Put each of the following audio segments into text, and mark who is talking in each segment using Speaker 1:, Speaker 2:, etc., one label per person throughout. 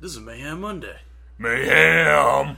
Speaker 1: This is Mayhem Monday.
Speaker 2: Mayhem.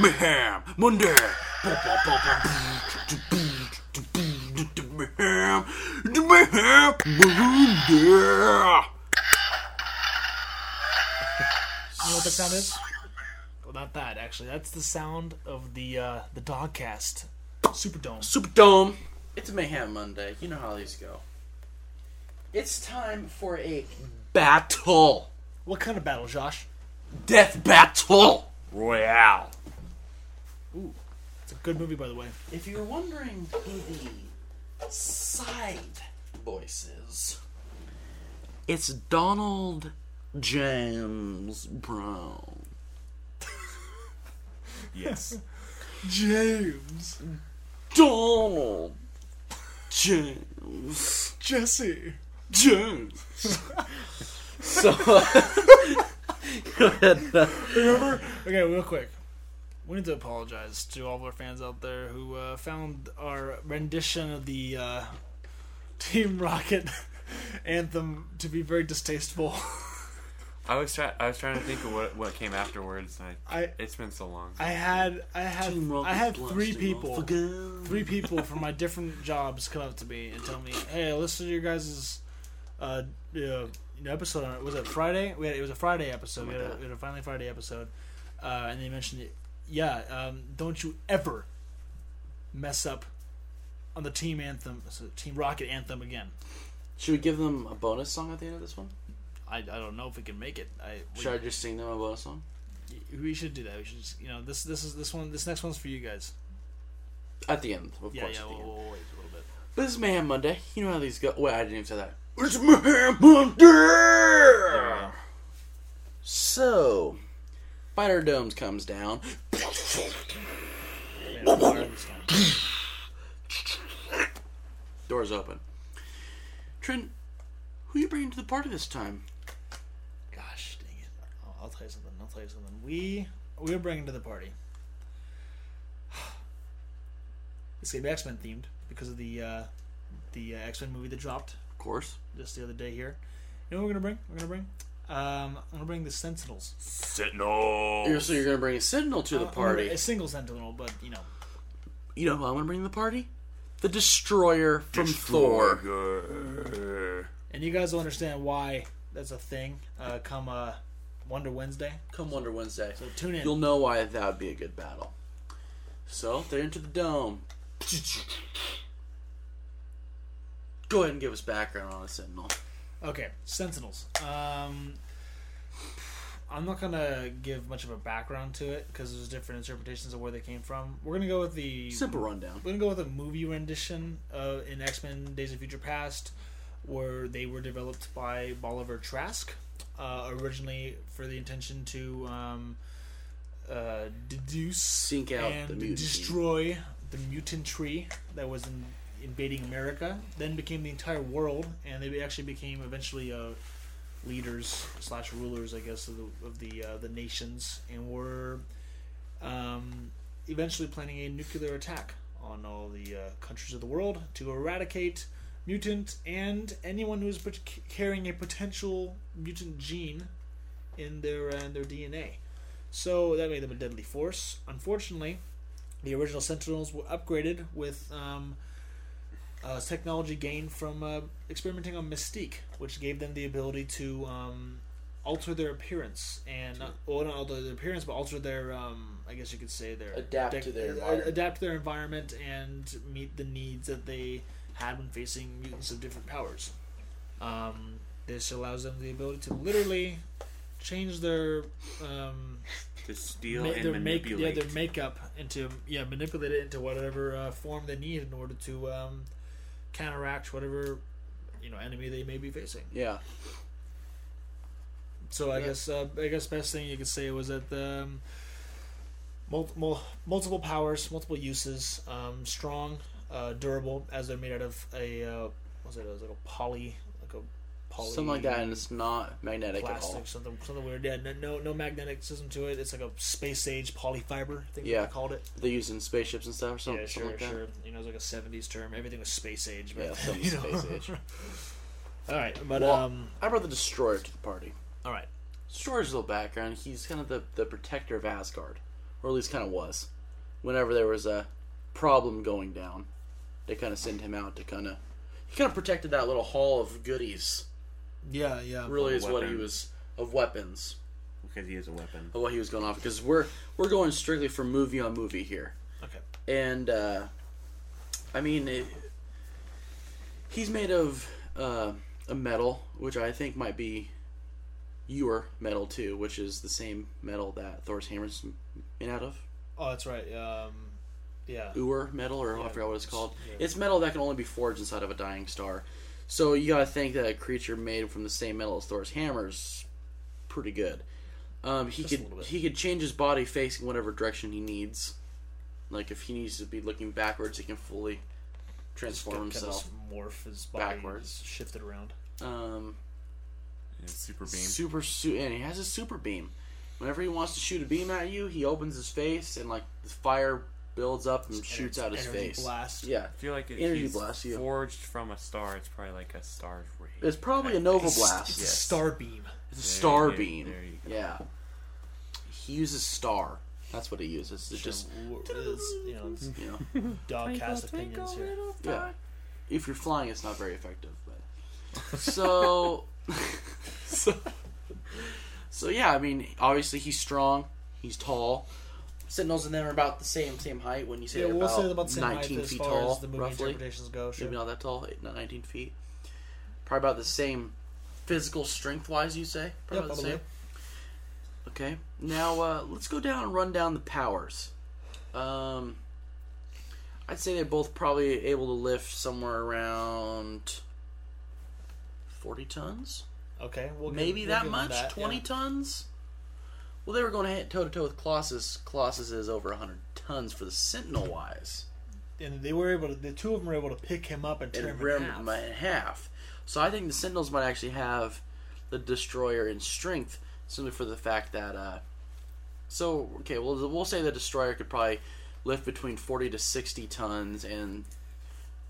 Speaker 1: Mayhem Monday. Mayhem. Mayhem Monday.
Speaker 3: You know what that sound is? Well, not that actually. That's the sound of the uh, the Dogcast Superdome.
Speaker 1: Superdome. It's Mayhem Monday. You know how these go. It's time for a battle.
Speaker 3: What kind of battle, Josh?
Speaker 1: Death battle royale.
Speaker 3: It's a good movie, by the way.
Speaker 1: If you're wondering who the side voice is, it's Donald James Brown.
Speaker 2: Yes.
Speaker 3: James,
Speaker 1: Donald James.
Speaker 3: Jesse.
Speaker 1: James. so, go ahead. uh,
Speaker 3: Okay, real quick. We need to apologize to all of our fans out there who uh, found our rendition of the uh, Team Rocket anthem to be very distasteful.
Speaker 2: I was trying. I was trying to think of what what came afterwards. And I,
Speaker 3: I
Speaker 2: it's been so long.
Speaker 3: I had I had I had three people.
Speaker 1: Three.
Speaker 3: three people from my different jobs come up to me and tell me, "Hey, I listened to your guys' uh, you know, you know, episode. On, was it Friday? We had, it was a Friday episode. We had a, we had a finally Friday episode, uh, and they mentioned, it. yeah, um, don't you ever mess up on the team anthem, so Team Rocket anthem again.
Speaker 1: Should we give them a bonus song at the end of this one?
Speaker 3: I, I don't know if we can make it. I we,
Speaker 1: Should I just sing them a bonus song?
Speaker 3: we should do that. We should just, you know this this is this one this next one's for you guys.
Speaker 1: At the end, of
Speaker 3: Yeah,
Speaker 1: course.
Speaker 3: yeah,
Speaker 1: at the
Speaker 3: we'll,
Speaker 1: end.
Speaker 3: we'll wait a little bit.
Speaker 1: But this is Mayhem Monday. You know how these go. Wait, I didn't even say that. It's Mayhem Monday! So, Spider Domes comes down.
Speaker 3: Man, I'm tired of this one.
Speaker 1: Doors open. Trent, who you bringing to the party this time?
Speaker 3: Gosh dang it! Oh, I'll tell you something. I'll tell you something. We we are bringing to the party. It's gonna be X Men themed because of the uh, the uh, X Men movie that dropped
Speaker 1: Of course.
Speaker 3: just the other day here. You know what we're gonna bring? We're gonna bring. Um, I'm gonna bring the Sentinels
Speaker 1: You're,
Speaker 2: Sentinel.
Speaker 1: so you're going to bring a Sentinel to the
Speaker 3: I'm
Speaker 1: party.
Speaker 3: gonna- a single Sentinel, but you know,
Speaker 1: Uh, You know who I'm going to bring to the party? The Destroyer from Thor.
Speaker 2: Thor.
Speaker 3: and you guys will understand why that's a thing. Uh, come uh, Wonder Wednesday,
Speaker 1: Come Wonder Wednesday.
Speaker 3: so tune in.
Speaker 1: You'll know why that would be a good battle. So, they're into the dome. Go ahead and give us background on the Sentinel.
Speaker 3: Okay, Sentinels. Um, I'm not gonna give much of a background to it because there's different interpretations of where they came from. We're gonna go with the
Speaker 1: Simple rundown.
Speaker 3: we're gonna go with a movie rendition uh, in X Men: Days of Future Past, where they were developed by Bolivar Trask, uh, originally for the intention to um, uh, deduce,
Speaker 1: Sink out
Speaker 3: and
Speaker 1: the mutant.
Speaker 3: destroy the mutant tree that was in, invading America. Then became the entire world, and they actually became eventually uh, leaders slash rulers, I guess, of the of the uh, the nations, and were um, eventually planning a nuclear attack on all the uh, countries of the world to eradicate mutant and anyone who is pot- carrying a potential mutant gene in their uh, in their DNA. So that made them a deadly force. Unfortunately, the original Sentinels were upgraded with um, uh, technology gained from uh, experimenting on Mystique, which gave them the ability to um, alter their appearance and not, well, not alter their appearance, but alter their um, I guess you could say their
Speaker 1: Adapt to their
Speaker 3: uh,
Speaker 1: environment.
Speaker 3: adapt to their environment and meet the needs that they had when facing mutants of different powers. Um, this allows them the ability to literally change their um,
Speaker 2: To steal
Speaker 3: ma-
Speaker 2: and
Speaker 3: their make yeah
Speaker 2: manipulate.
Speaker 3: their makeup into yeah manipulate it into whatever uh, form they need in order to um, counteract whatever you know enemy they may be facing.
Speaker 1: Yeah.
Speaker 3: So I
Speaker 1: Yeah.
Speaker 3: guess uh, I guess best thing you could say was that the um, multiple multiple powers, multiple uses, um, strong, uh, durable, as they're made out of a uh, what was it? It was like a poly, like a poly
Speaker 1: Something like that, and it's not magnetic at all.
Speaker 3: plastic, something something weird. Yeah, no, no no magnetism to it. It's like a space age polyfiber. I think yeah.
Speaker 1: Yeah.
Speaker 3: they called it.
Speaker 1: They use in spaceships and stuff or something,
Speaker 3: yeah, sure,
Speaker 1: something like
Speaker 3: sure. You know, it's like a '70s term. Everything was space age,
Speaker 1: that.
Speaker 3: but
Speaker 1: Yeah, something
Speaker 3: you know.
Speaker 1: space age.
Speaker 3: All right, but
Speaker 1: Well,
Speaker 3: um,
Speaker 1: I brought the Destroyer to the party.
Speaker 3: all right.
Speaker 1: Destroyer's little background, he's kind of the, the protector of Asgard. Or at least kind of was. Whenever there was a problem going down, they kind of send him out to kind of. He kind of protected that little hall of goodies.
Speaker 3: Yeah, yeah.
Speaker 1: Really is what he
Speaker 2: Weapons.
Speaker 1: was. Of weapons.
Speaker 2: Because he is a weapon.
Speaker 1: Of what he was going off. Because we're, we're going strictly for movie on movie here.
Speaker 3: Okay.
Speaker 1: and uh, I mean, it, he's made of uh, a metal, which I think might be your metal too, which is the same metal that Thor's hammer's made out of.
Speaker 3: Oh, that's right. Um, yeah.
Speaker 1: Ur metal, or I
Speaker 3: Yeah,
Speaker 1: forgot what it's
Speaker 3: it's-
Speaker 1: called.
Speaker 3: yeah.
Speaker 1: It's metal that can only be forged inside of a dying star. So you gotta think that a creature made from the same metal as Thor's hammer's pretty good. Um, he
Speaker 3: Just a
Speaker 1: could
Speaker 3: little bit.
Speaker 1: he could change his body facing whatever direction he needs. Like if he needs to be looking backwards, he can fully transform
Speaker 3: Kind of
Speaker 1: himself.
Speaker 3: morph his body
Speaker 1: Backwards.
Speaker 3: is shifted around.
Speaker 1: Um,
Speaker 2: Yeah, super beam.
Speaker 1: super suit, and he has a super beam. Whenever he wants to shoot a beam at you, he opens his face and like the fire builds up and shoots out his
Speaker 3: energy
Speaker 1: face.
Speaker 3: blast.
Speaker 1: Yeah,
Speaker 2: I feel like it,
Speaker 1: Energy
Speaker 2: he's
Speaker 1: blast, yeah.
Speaker 2: forged from a star. It's probably like a star's ray.
Speaker 1: it's probably a
Speaker 2: Right.
Speaker 1: nova
Speaker 3: It's-
Speaker 1: blast.
Speaker 3: It's
Speaker 2: Yes.
Speaker 3: a star beam.
Speaker 1: It's a
Speaker 2: There
Speaker 1: star
Speaker 2: you go,
Speaker 1: beam.
Speaker 2: there you go.
Speaker 1: Yeah. He uses star. That's what he uses. It's just
Speaker 3: It's, you know, it's
Speaker 1: you know,
Speaker 3: dogcast opinions here.
Speaker 1: yeah. If you're flying, it's not very effective. But so, so, so yeah. I mean, obviously he's strong. He's tall. Sentinels and them are about the same same height. When you say
Speaker 3: Yeah,
Speaker 1: they're
Speaker 3: we'll
Speaker 1: about,
Speaker 3: say about the same
Speaker 1: 19
Speaker 3: height as
Speaker 1: feet
Speaker 3: far
Speaker 1: tall,
Speaker 3: as the movie
Speaker 1: roughly.
Speaker 3: interpretations go. Sure.
Speaker 1: Maybe not that tall. Eight, not 19 feet. Probably about the same physical strength wise. You say
Speaker 3: Yeah,
Speaker 1: about the
Speaker 3: probably.
Speaker 1: same. Okay. Now uh, let's go down and run down the powers. Um, I'd say they're both probably able to lift somewhere around forty tons,
Speaker 3: Okay, we'll give-
Speaker 1: maybe
Speaker 3: we'll
Speaker 1: that
Speaker 3: give him
Speaker 1: much,
Speaker 3: that,
Speaker 1: twenty
Speaker 3: yeah.
Speaker 1: tons. Well, they were going head toe to toe with Colossus. Colossus is over hundred tons for the Sentinel wise,
Speaker 3: And they were able to. The two of them were able to pick him up and tear
Speaker 1: and
Speaker 3: him
Speaker 1: rim
Speaker 3: in half.
Speaker 1: my- in half. So I think the Sentinels might actually have the Destroyer in strength, simply for the fact that. Uh, so okay, well we'll say the Destroyer could probably lift between forty to sixty tons, and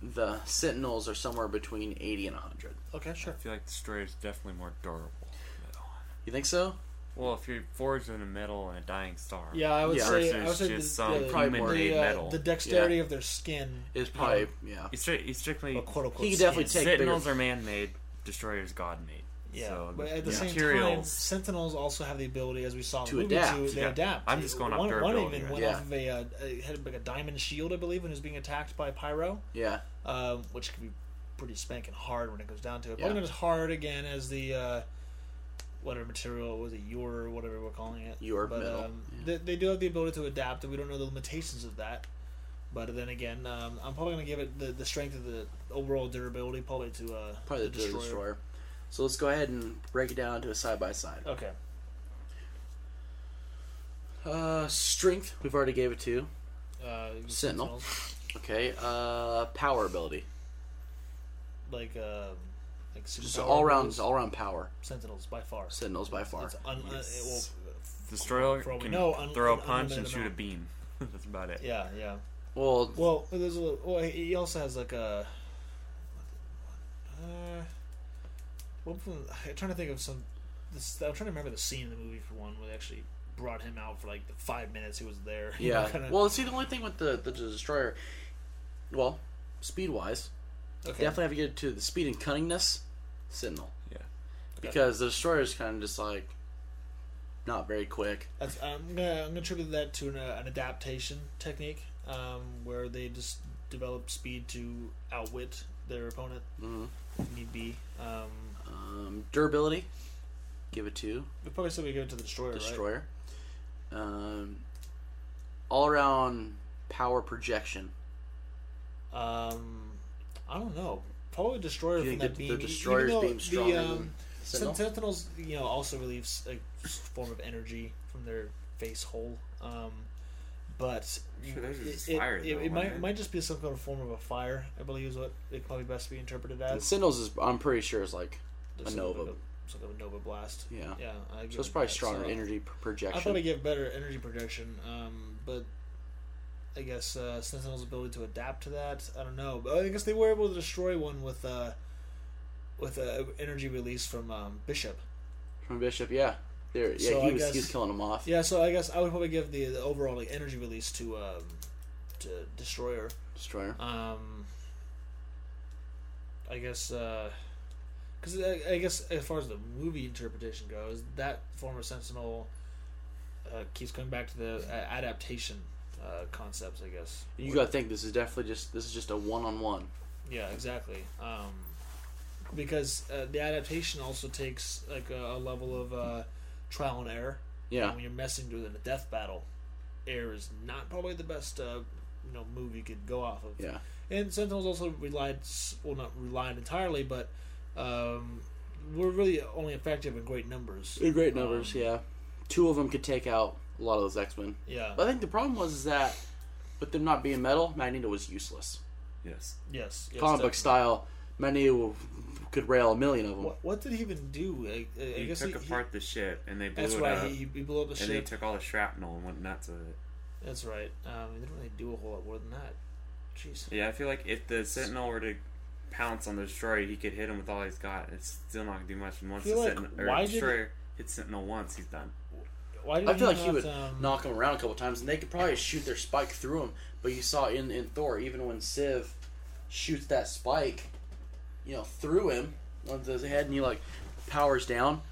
Speaker 1: the Sentinels are somewhere between eighty and hundred.
Speaker 3: Okay, sure.
Speaker 2: I feel like destroyer is definitely more durable. than metal.
Speaker 1: You think so?
Speaker 2: Well, if you're forged in a metal and a dying star.
Speaker 3: Yeah, I would
Speaker 1: Yeah.
Speaker 3: say. I
Speaker 2: Versus
Speaker 3: would say
Speaker 2: just um, some
Speaker 3: the, yeah, the-
Speaker 1: probably more
Speaker 3: the,
Speaker 2: a
Speaker 3: uh,
Speaker 2: metal.
Speaker 3: the dexterity of their skin
Speaker 1: It's probably yeah.
Speaker 2: It's, stri- it's strictly.
Speaker 3: Well, quote unquote.
Speaker 1: He could definitely
Speaker 3: skin.
Speaker 1: take
Speaker 2: Sentinels
Speaker 1: bigger-
Speaker 2: are man-made. Destroyers God-made.
Speaker 3: Yeah,
Speaker 2: So
Speaker 3: but at the same time,
Speaker 2: materials.
Speaker 3: Sentinels also have the ability, as we saw in
Speaker 1: To
Speaker 3: the movie,
Speaker 1: adapt.
Speaker 3: to they
Speaker 2: Yeah.
Speaker 3: adapt.
Speaker 2: I'm just going off
Speaker 3: one, One
Speaker 2: durability,
Speaker 3: even
Speaker 2: right?
Speaker 3: went
Speaker 1: Yeah.
Speaker 3: off of a, uh, a had like a diamond shield, I believe, when he was being attacked by Pyro,
Speaker 1: Yeah,
Speaker 3: um, which can be pretty spanking hard when it goes down to it.
Speaker 1: Yeah.
Speaker 3: Probably not as hard again as the uh, whatever material was it, your or whatever we're calling it.
Speaker 1: Your
Speaker 3: but
Speaker 1: metal,
Speaker 3: um, they, they do have the ability to adapt, and we don't know the limitations of that. But then again, um, I'm probably going to give it the, the strength of the overall durability, probably to uh,
Speaker 1: probably the, destroyer. So let's go ahead and break it down to a side by side.
Speaker 3: Okay.
Speaker 1: Uh, strength we've already gave it to.
Speaker 3: Uh,
Speaker 1: Sentinel. Okay. Uh, power ability.
Speaker 3: like um, like
Speaker 1: Just
Speaker 3: superpower
Speaker 1: all round,
Speaker 3: moves.
Speaker 1: all round power.
Speaker 3: Sentinels by far.
Speaker 1: Sentinels by far.
Speaker 3: It's un- uh, it will-
Speaker 2: Yes. Destroyer
Speaker 3: For all we
Speaker 2: can
Speaker 3: know, un-
Speaker 2: throw
Speaker 3: un-
Speaker 2: a punch
Speaker 3: unlimited
Speaker 2: and shoot a
Speaker 3: amount.
Speaker 2: beam. That's about it.
Speaker 3: yeah, yeah.
Speaker 1: Well,
Speaker 3: Well, there's a little, well, he also has like a. Uh, what was- I'm trying to think of some. This, I'm trying to remember the scene in the movie for one where they actually brought him out for like the five minutes he was there. you know,
Speaker 1: yeah.
Speaker 3: kinda-
Speaker 1: Well, see, the only thing with the the destroyer, well, speed wise,
Speaker 3: okay.
Speaker 1: definitely have to get to the speed and cunningness, Sentinel,
Speaker 2: Yeah.
Speaker 1: because the destroyer is kind of just like not very quick.
Speaker 3: That's, I'm gonna I'm gonna attribute that to an, uh, an adaptation technique, um, where they just develop speed to outwit their opponent,
Speaker 1: Mhm.
Speaker 3: if need be. Um,
Speaker 1: Um, durability, give it to
Speaker 3: we probably said we give it to the destroyer, right?
Speaker 1: destroyer. Um, all around power projection.
Speaker 3: Um, I don't know. Probably destroyer
Speaker 1: Do you think
Speaker 3: from that
Speaker 1: that
Speaker 3: beam.
Speaker 1: the
Speaker 3: even
Speaker 1: destroyer's
Speaker 3: though
Speaker 1: beam stronger
Speaker 3: The,
Speaker 1: than
Speaker 3: um,
Speaker 1: Sentinel?
Speaker 3: Sentinels, you know, also relieves a form of energy from their face hole. Um, but
Speaker 2: Sure, those are
Speaker 3: it,
Speaker 2: just
Speaker 3: it,
Speaker 2: fire,
Speaker 3: it-
Speaker 2: though,
Speaker 3: it might
Speaker 2: aren't
Speaker 3: it
Speaker 2: they?
Speaker 3: might just be some kind of form of a fire. I believe is what it probably best be interpreted as.
Speaker 1: And Sentinels is, I'm pretty sure, is like A
Speaker 3: some
Speaker 1: nova.
Speaker 3: Kind of some kind of nova blast.
Speaker 1: Yeah.
Speaker 3: Yeah. I give
Speaker 1: So it's
Speaker 3: it
Speaker 1: probably
Speaker 3: that.
Speaker 1: stronger
Speaker 3: So,
Speaker 1: energy pr-
Speaker 3: I thought
Speaker 1: projection.
Speaker 3: it gave better energy projection, um, but I guess uh, Sentinel's ability to adapt to that, I don't know. But I guess they were able to destroy one with uh, with uh, energy release from um, Bishop.
Speaker 1: From Bishop, yeah. There, yeah,
Speaker 3: So I
Speaker 1: he, was,
Speaker 3: guess-
Speaker 1: he was killing him off.
Speaker 3: Yeah, so I guess I would probably give the, the overall like energy release to um, to Destroyer.
Speaker 1: Destroyer.
Speaker 3: Um, I guess because I, I guess as far as the movie interpretation goes, that former Sentinel uh, keeps coming back to the uh, adaptation uh, concepts. I guess
Speaker 1: You got to think this is definitely just this is just a one on one.
Speaker 3: Yeah, exactly. Um, because uh, the adaptation also takes like a, a level of uh, trial and error.
Speaker 1: Yeah,
Speaker 3: And when you're messing with a death battle, error is not probably the best uh, you know move you could go off of.
Speaker 1: yeah,
Speaker 3: And Sentinels also relied, s- well, not relied entirely, but um, were really only effective in great numbers.
Speaker 1: They're great numbers.
Speaker 3: Um,
Speaker 1: yeah, two of them could take out a lot of those X Men.
Speaker 3: Yeah.
Speaker 1: But I think the problem was is that with them not being metal, Magneto was useless.
Speaker 2: Yes.
Speaker 3: yes. yes
Speaker 1: Comic book
Speaker 3: definitely.
Speaker 1: style, Magneto could rail a million of them.
Speaker 3: What, what did he even do? I, I I
Speaker 2: He
Speaker 3: guess
Speaker 2: took
Speaker 3: he, he-
Speaker 2: apart the ship and they blew
Speaker 3: that's
Speaker 2: it
Speaker 3: right.
Speaker 2: up.
Speaker 3: He, he blew up the
Speaker 2: and they
Speaker 3: ship.
Speaker 2: took all the shrapnel and went nuts with it.
Speaker 3: That's right. Um, they didn't really do a whole lot more than that. Jeez.
Speaker 2: Yeah, I feel like if the Sentinel were to pounce on the destroyer, he could hit him with all he's got. It's still not gonna do much. And once the
Speaker 3: Feel like,
Speaker 2: Sentinel, or
Speaker 3: why did-
Speaker 2: destroyer hits Sentinel once, he's done.
Speaker 3: Why did
Speaker 1: I feel like he
Speaker 3: not,
Speaker 1: would
Speaker 3: um,
Speaker 1: knock him around a couple times, and they could probably shoot their spike through him. But you saw in in Thor, even when Siv shoots that spike, you know, through him on his head, and he like powers down.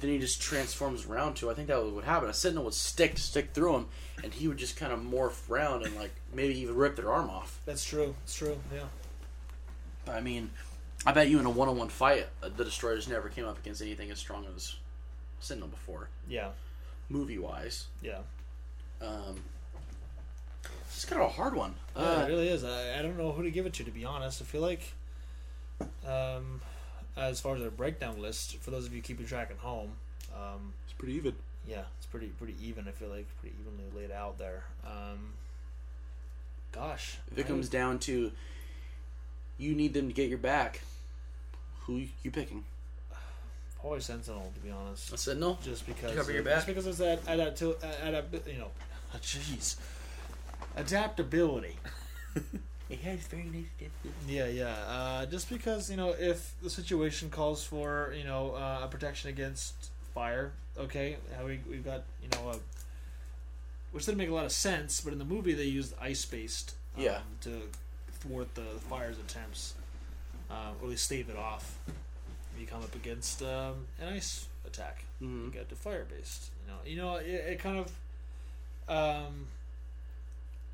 Speaker 1: Then he just transforms around to. I think that would happen. A sentinel would stick stick through him, and he would just kind of morph around and like maybe even rip their arm off.
Speaker 3: That's true. It's true. Yeah.
Speaker 1: But, I mean, I bet you in a one on one fight, uh, the destroyers never came up against anything as strong as sentinel before,
Speaker 3: Yeah.
Speaker 1: movie wise.
Speaker 3: Yeah.
Speaker 1: Um, this is kind of a hard one.
Speaker 3: Yeah,
Speaker 1: Uh,
Speaker 3: it really is. I, I don't know who to give it to, to be honest. I feel like, um, as far as our breakdown list, for those of you keeping track at home, um,
Speaker 1: It's pretty even.
Speaker 3: yeah, it's pretty pretty even. I feel like pretty evenly laid out there. Um, gosh,
Speaker 1: If it
Speaker 3: I-
Speaker 1: comes down to you need them to get your back, who you, you picking?
Speaker 3: probably Sentinel, to be honest.
Speaker 1: A Sentinel?
Speaker 3: just because
Speaker 1: cover your
Speaker 3: of-
Speaker 1: back.
Speaker 3: just because it's that adapt adapt you know, jeez, adaptability.
Speaker 1: It has very nice
Speaker 3: Yeah, yeah. Uh, just because you know, if the situation calls for you know uh, a protection against fire, okay, how we we've got you know, a, which didn't make a lot of sense, but in the movie they used ice based um,
Speaker 1: Yeah.
Speaker 3: to thwart the fire's attempts, um, or at least stave it off. You come up against um, an ice attack
Speaker 1: hmm
Speaker 3: you got to fire based. You know, you know, it, it kind of. Um,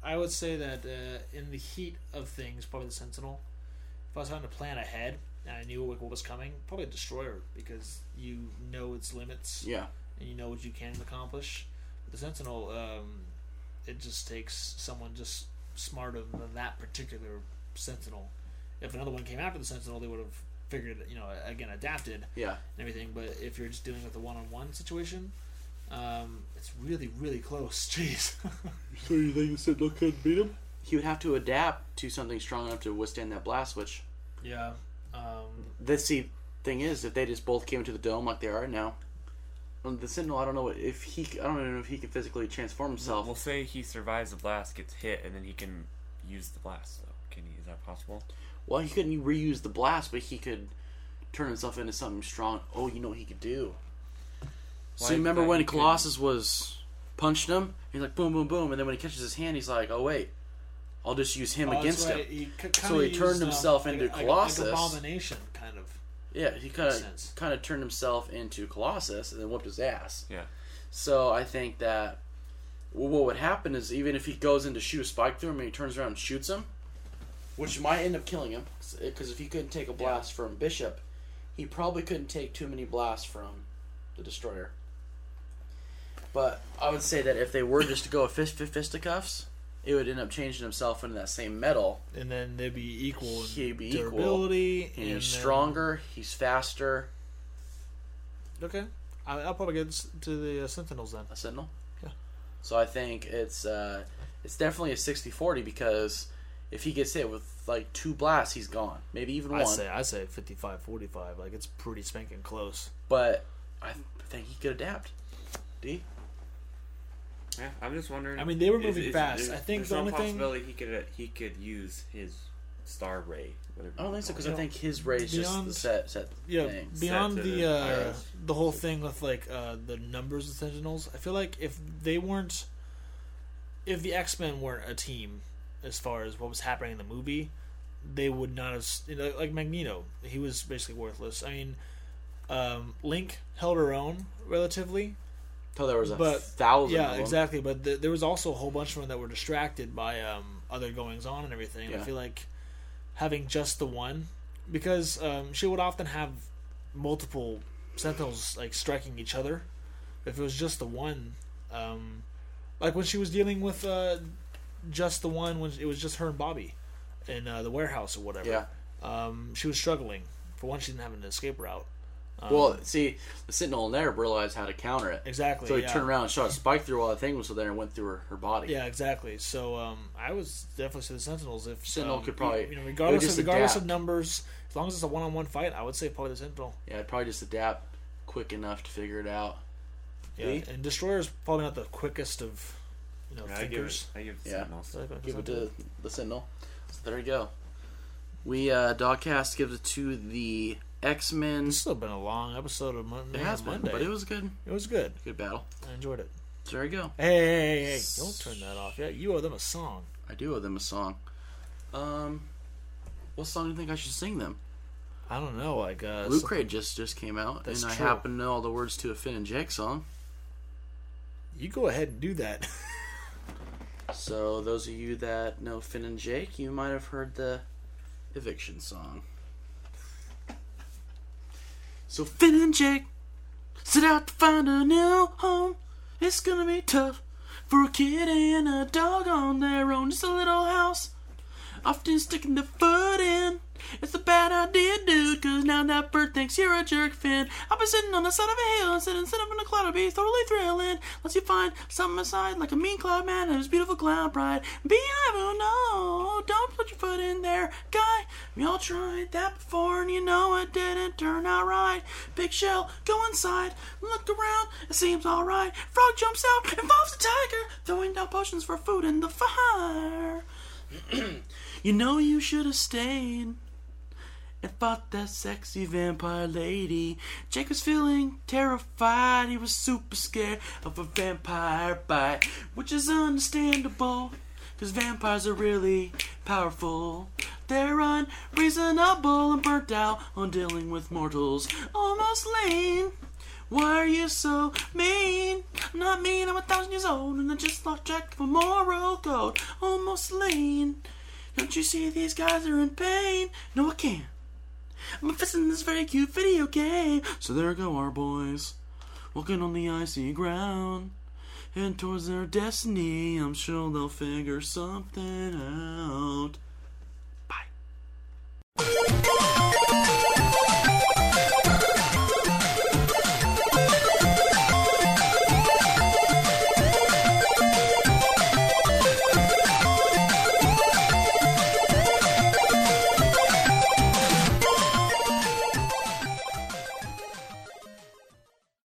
Speaker 3: I would say that uh, in the heat of things, probably the Sentinel. If I was having to plan ahead and I knew what, what was coming, probably a Destroyer because you know its limits
Speaker 1: Yeah.
Speaker 3: and you know what you can accomplish. The Sentinel, um, it just takes someone just smarter than that particular Sentinel. If another one came after the Sentinel, they would have figured, you know, again adapted
Speaker 1: Yeah.
Speaker 3: and everything. But if you're just dealing with a one-on-one situation, um, it's really, really close. Jeez.
Speaker 1: So you think the Sentinel could beat him? He would have to adapt to something strong enough to withstand that blast, which
Speaker 3: yeah. Um,
Speaker 1: the see thing is if they just both came into the dome like they are now. um, The Sentinel, I don't know if he, I don't even know if he can physically transform himself.
Speaker 2: We'll say he survives the blast, gets hit, and then he can use the blast. So can he? Is that possible?
Speaker 1: Well, he couldn't reuse the blast, but he could turn himself into something strong. Oh, you know what he could do. so
Speaker 2: Like
Speaker 1: you remember
Speaker 2: that
Speaker 1: when
Speaker 2: he could-
Speaker 1: Colossus was punching him? He's like boom, boom, boom, and then when he catches his hand, he's like, oh wait, I'll just use him
Speaker 3: oh, that's
Speaker 1: against
Speaker 3: right.
Speaker 1: him.
Speaker 3: He c-
Speaker 1: So
Speaker 3: kinda
Speaker 1: he turned
Speaker 3: used, um,
Speaker 1: himself
Speaker 3: like a-
Speaker 1: into
Speaker 3: like a- like
Speaker 1: Colossus.
Speaker 3: abomination, kind of.
Speaker 1: Yeah, he kind
Speaker 3: Makes
Speaker 1: of
Speaker 3: sense.
Speaker 1: kind of turned himself into Colossus and then whooped his ass.
Speaker 2: Yeah.
Speaker 1: So I think that w- what would happen is even if he goes in to shoot a spike through him and he turns around and shoots him, which might end up killing him, because if he couldn't take a blast from Bishop, he probably couldn't take too many blasts from the Destroyer. But I would say that if they were just to go with fist, fist, fisticuffs, it would end up changing himself into that same metal.
Speaker 3: And then they'd be equal in
Speaker 1: He'd be equal,
Speaker 3: durability
Speaker 1: He's
Speaker 3: and then-
Speaker 1: stronger, he's faster.
Speaker 3: Okay. I, I'll probably get s- to the uh, Sentinels then.
Speaker 1: a Sentinel.
Speaker 3: Yeah.
Speaker 1: So I think it's uh, it's definitely a 60-40 because If he gets hit with like two blasts, he's gone. Maybe even
Speaker 4: I
Speaker 1: one.
Speaker 4: say I say 55-45. Like it's pretty spanking close.
Speaker 1: But I think he could adapt. D.
Speaker 2: Yeah, I'm just wondering.
Speaker 3: I mean, they were
Speaker 2: is-
Speaker 3: moving
Speaker 2: is-
Speaker 3: fast.
Speaker 2: there's-
Speaker 3: I think
Speaker 2: there's
Speaker 3: the
Speaker 2: no
Speaker 3: only thing-
Speaker 2: possibility he could uh, he could use his star ray.
Speaker 1: I
Speaker 2: Whatever you
Speaker 1: don't think
Speaker 2: wanna
Speaker 1: so
Speaker 2: call
Speaker 1: because
Speaker 2: it.
Speaker 1: I think his raise just the
Speaker 3: Beyond-
Speaker 1: set set
Speaker 3: Yeah,
Speaker 1: thing.
Speaker 3: beyond
Speaker 2: Set to
Speaker 3: the
Speaker 2: the
Speaker 3: uh,
Speaker 2: IRS.
Speaker 3: the whole thing with like uh, the numbers of Sentinels, I feel like if they weren't, if the X Men weren't a team, as far as what was happening in the movie, they would not have. s- You know, like Magneto, he was basically worthless. I mean, um, Link held her own relatively.
Speaker 1: Till there was a
Speaker 3: But-
Speaker 1: thousand. of
Speaker 3: Yeah,
Speaker 1: them.
Speaker 3: exactly. But th- there was also a whole bunch of them that were distracted by um, other goings on and everything. I
Speaker 1: Yeah.
Speaker 3: feel like having just the one, because um, she would often have multiple sentinels like striking each other. If it was just the one, um, like when she was dealing with uh, just the one, when it was just her and Bobby in uh, the warehouse or whatever,
Speaker 1: Yeah.
Speaker 3: um, she was struggling. For one, she didn't have an escape route.
Speaker 1: well, see, the Sentinel in there realized how to counter it.
Speaker 3: Exactly.
Speaker 1: So he
Speaker 3: yeah.
Speaker 1: turned around and shot a spike through while the thing was still there and went through her, her body.
Speaker 3: Yeah, exactly. So um, I was definitely to the Sentinels. If
Speaker 1: Sentinel
Speaker 3: um,
Speaker 1: could probably-
Speaker 3: you, you
Speaker 1: it
Speaker 3: know,
Speaker 1: would
Speaker 3: regardless of,
Speaker 1: just
Speaker 3: regardless
Speaker 1: adapt.
Speaker 3: of numbers, as long as it's a one-on-one fight, I would say probably the Sentinel.
Speaker 1: Yeah, I'd probably just adapt quick enough to figure it out.
Speaker 3: Yeah,
Speaker 1: Lee?
Speaker 3: and Destroyer's probably not the quickest of you know
Speaker 2: Yeah, I give
Speaker 3: thinkers.
Speaker 2: it. I give it.
Speaker 1: Yeah.
Speaker 2: Sentinels.
Speaker 3: So, like,
Speaker 1: Give it
Speaker 3: Sentinel.
Speaker 1: to the Sentinel. So there you go. We uh, Dogcast gives it to the X Men.
Speaker 3: This has been a long episode of Mon-
Speaker 1: It has been,
Speaker 3: Monday.
Speaker 1: but it was good.
Speaker 3: it was good.
Speaker 1: Good battle.
Speaker 3: I enjoyed it.
Speaker 1: So there you go.
Speaker 3: Hey, hey, hey, hey! Don't turn that off yet. You owe them a song.
Speaker 1: I do owe them a song. Um, what song do you think I should sing them?
Speaker 3: I don't know, like uh,
Speaker 1: Loot
Speaker 3: some-
Speaker 1: Crate just just came out,
Speaker 3: That's
Speaker 1: and I
Speaker 3: true.
Speaker 1: happen to know all the words to a Finn and Jake song.
Speaker 3: you go ahead and do that.
Speaker 1: So those of you that know Finn and Jake, you might have heard the eviction song. So Finn and Jake set out to find a new home. It's gonna be tough for a kid and a dog on their own. Just a little house, often sticking the foot in. It's a bad idea, dude, cause now that bird thinks you're a jerk, Finn. I've been sitting on the side of a hill, sitting, sitting up in a cloud of bees, totally thrilling. Unless you find something inside, like a mean cloud man and his beautiful cloud pride. Beehive, oh no, don't put your foot in there, guy. We all tried that before, and you know it didn't turn out right. Big shell, go inside, look around, it seems alright. Frog jumps out, involves a tiger, throwing down potions for food in the fire. You know you should have stayed and fought that sexy vampire lady. Jake was feeling terrified. He was super scared of a vampire bite, which is understandable. Cause vampires are really powerful. They're unreasonable and burnt out on dealing with mortals. Almost lame. Why are you so mean? I'm not mean, I'm a thousand years old, and I just lost track of a moral code. Almost lean. Don't you see these guys are in pain? No, I can't. I'm fisting this very cute video game. So there go our boys, walking on the icy ground. And towards their destiny, I'm sure they'll figure something out.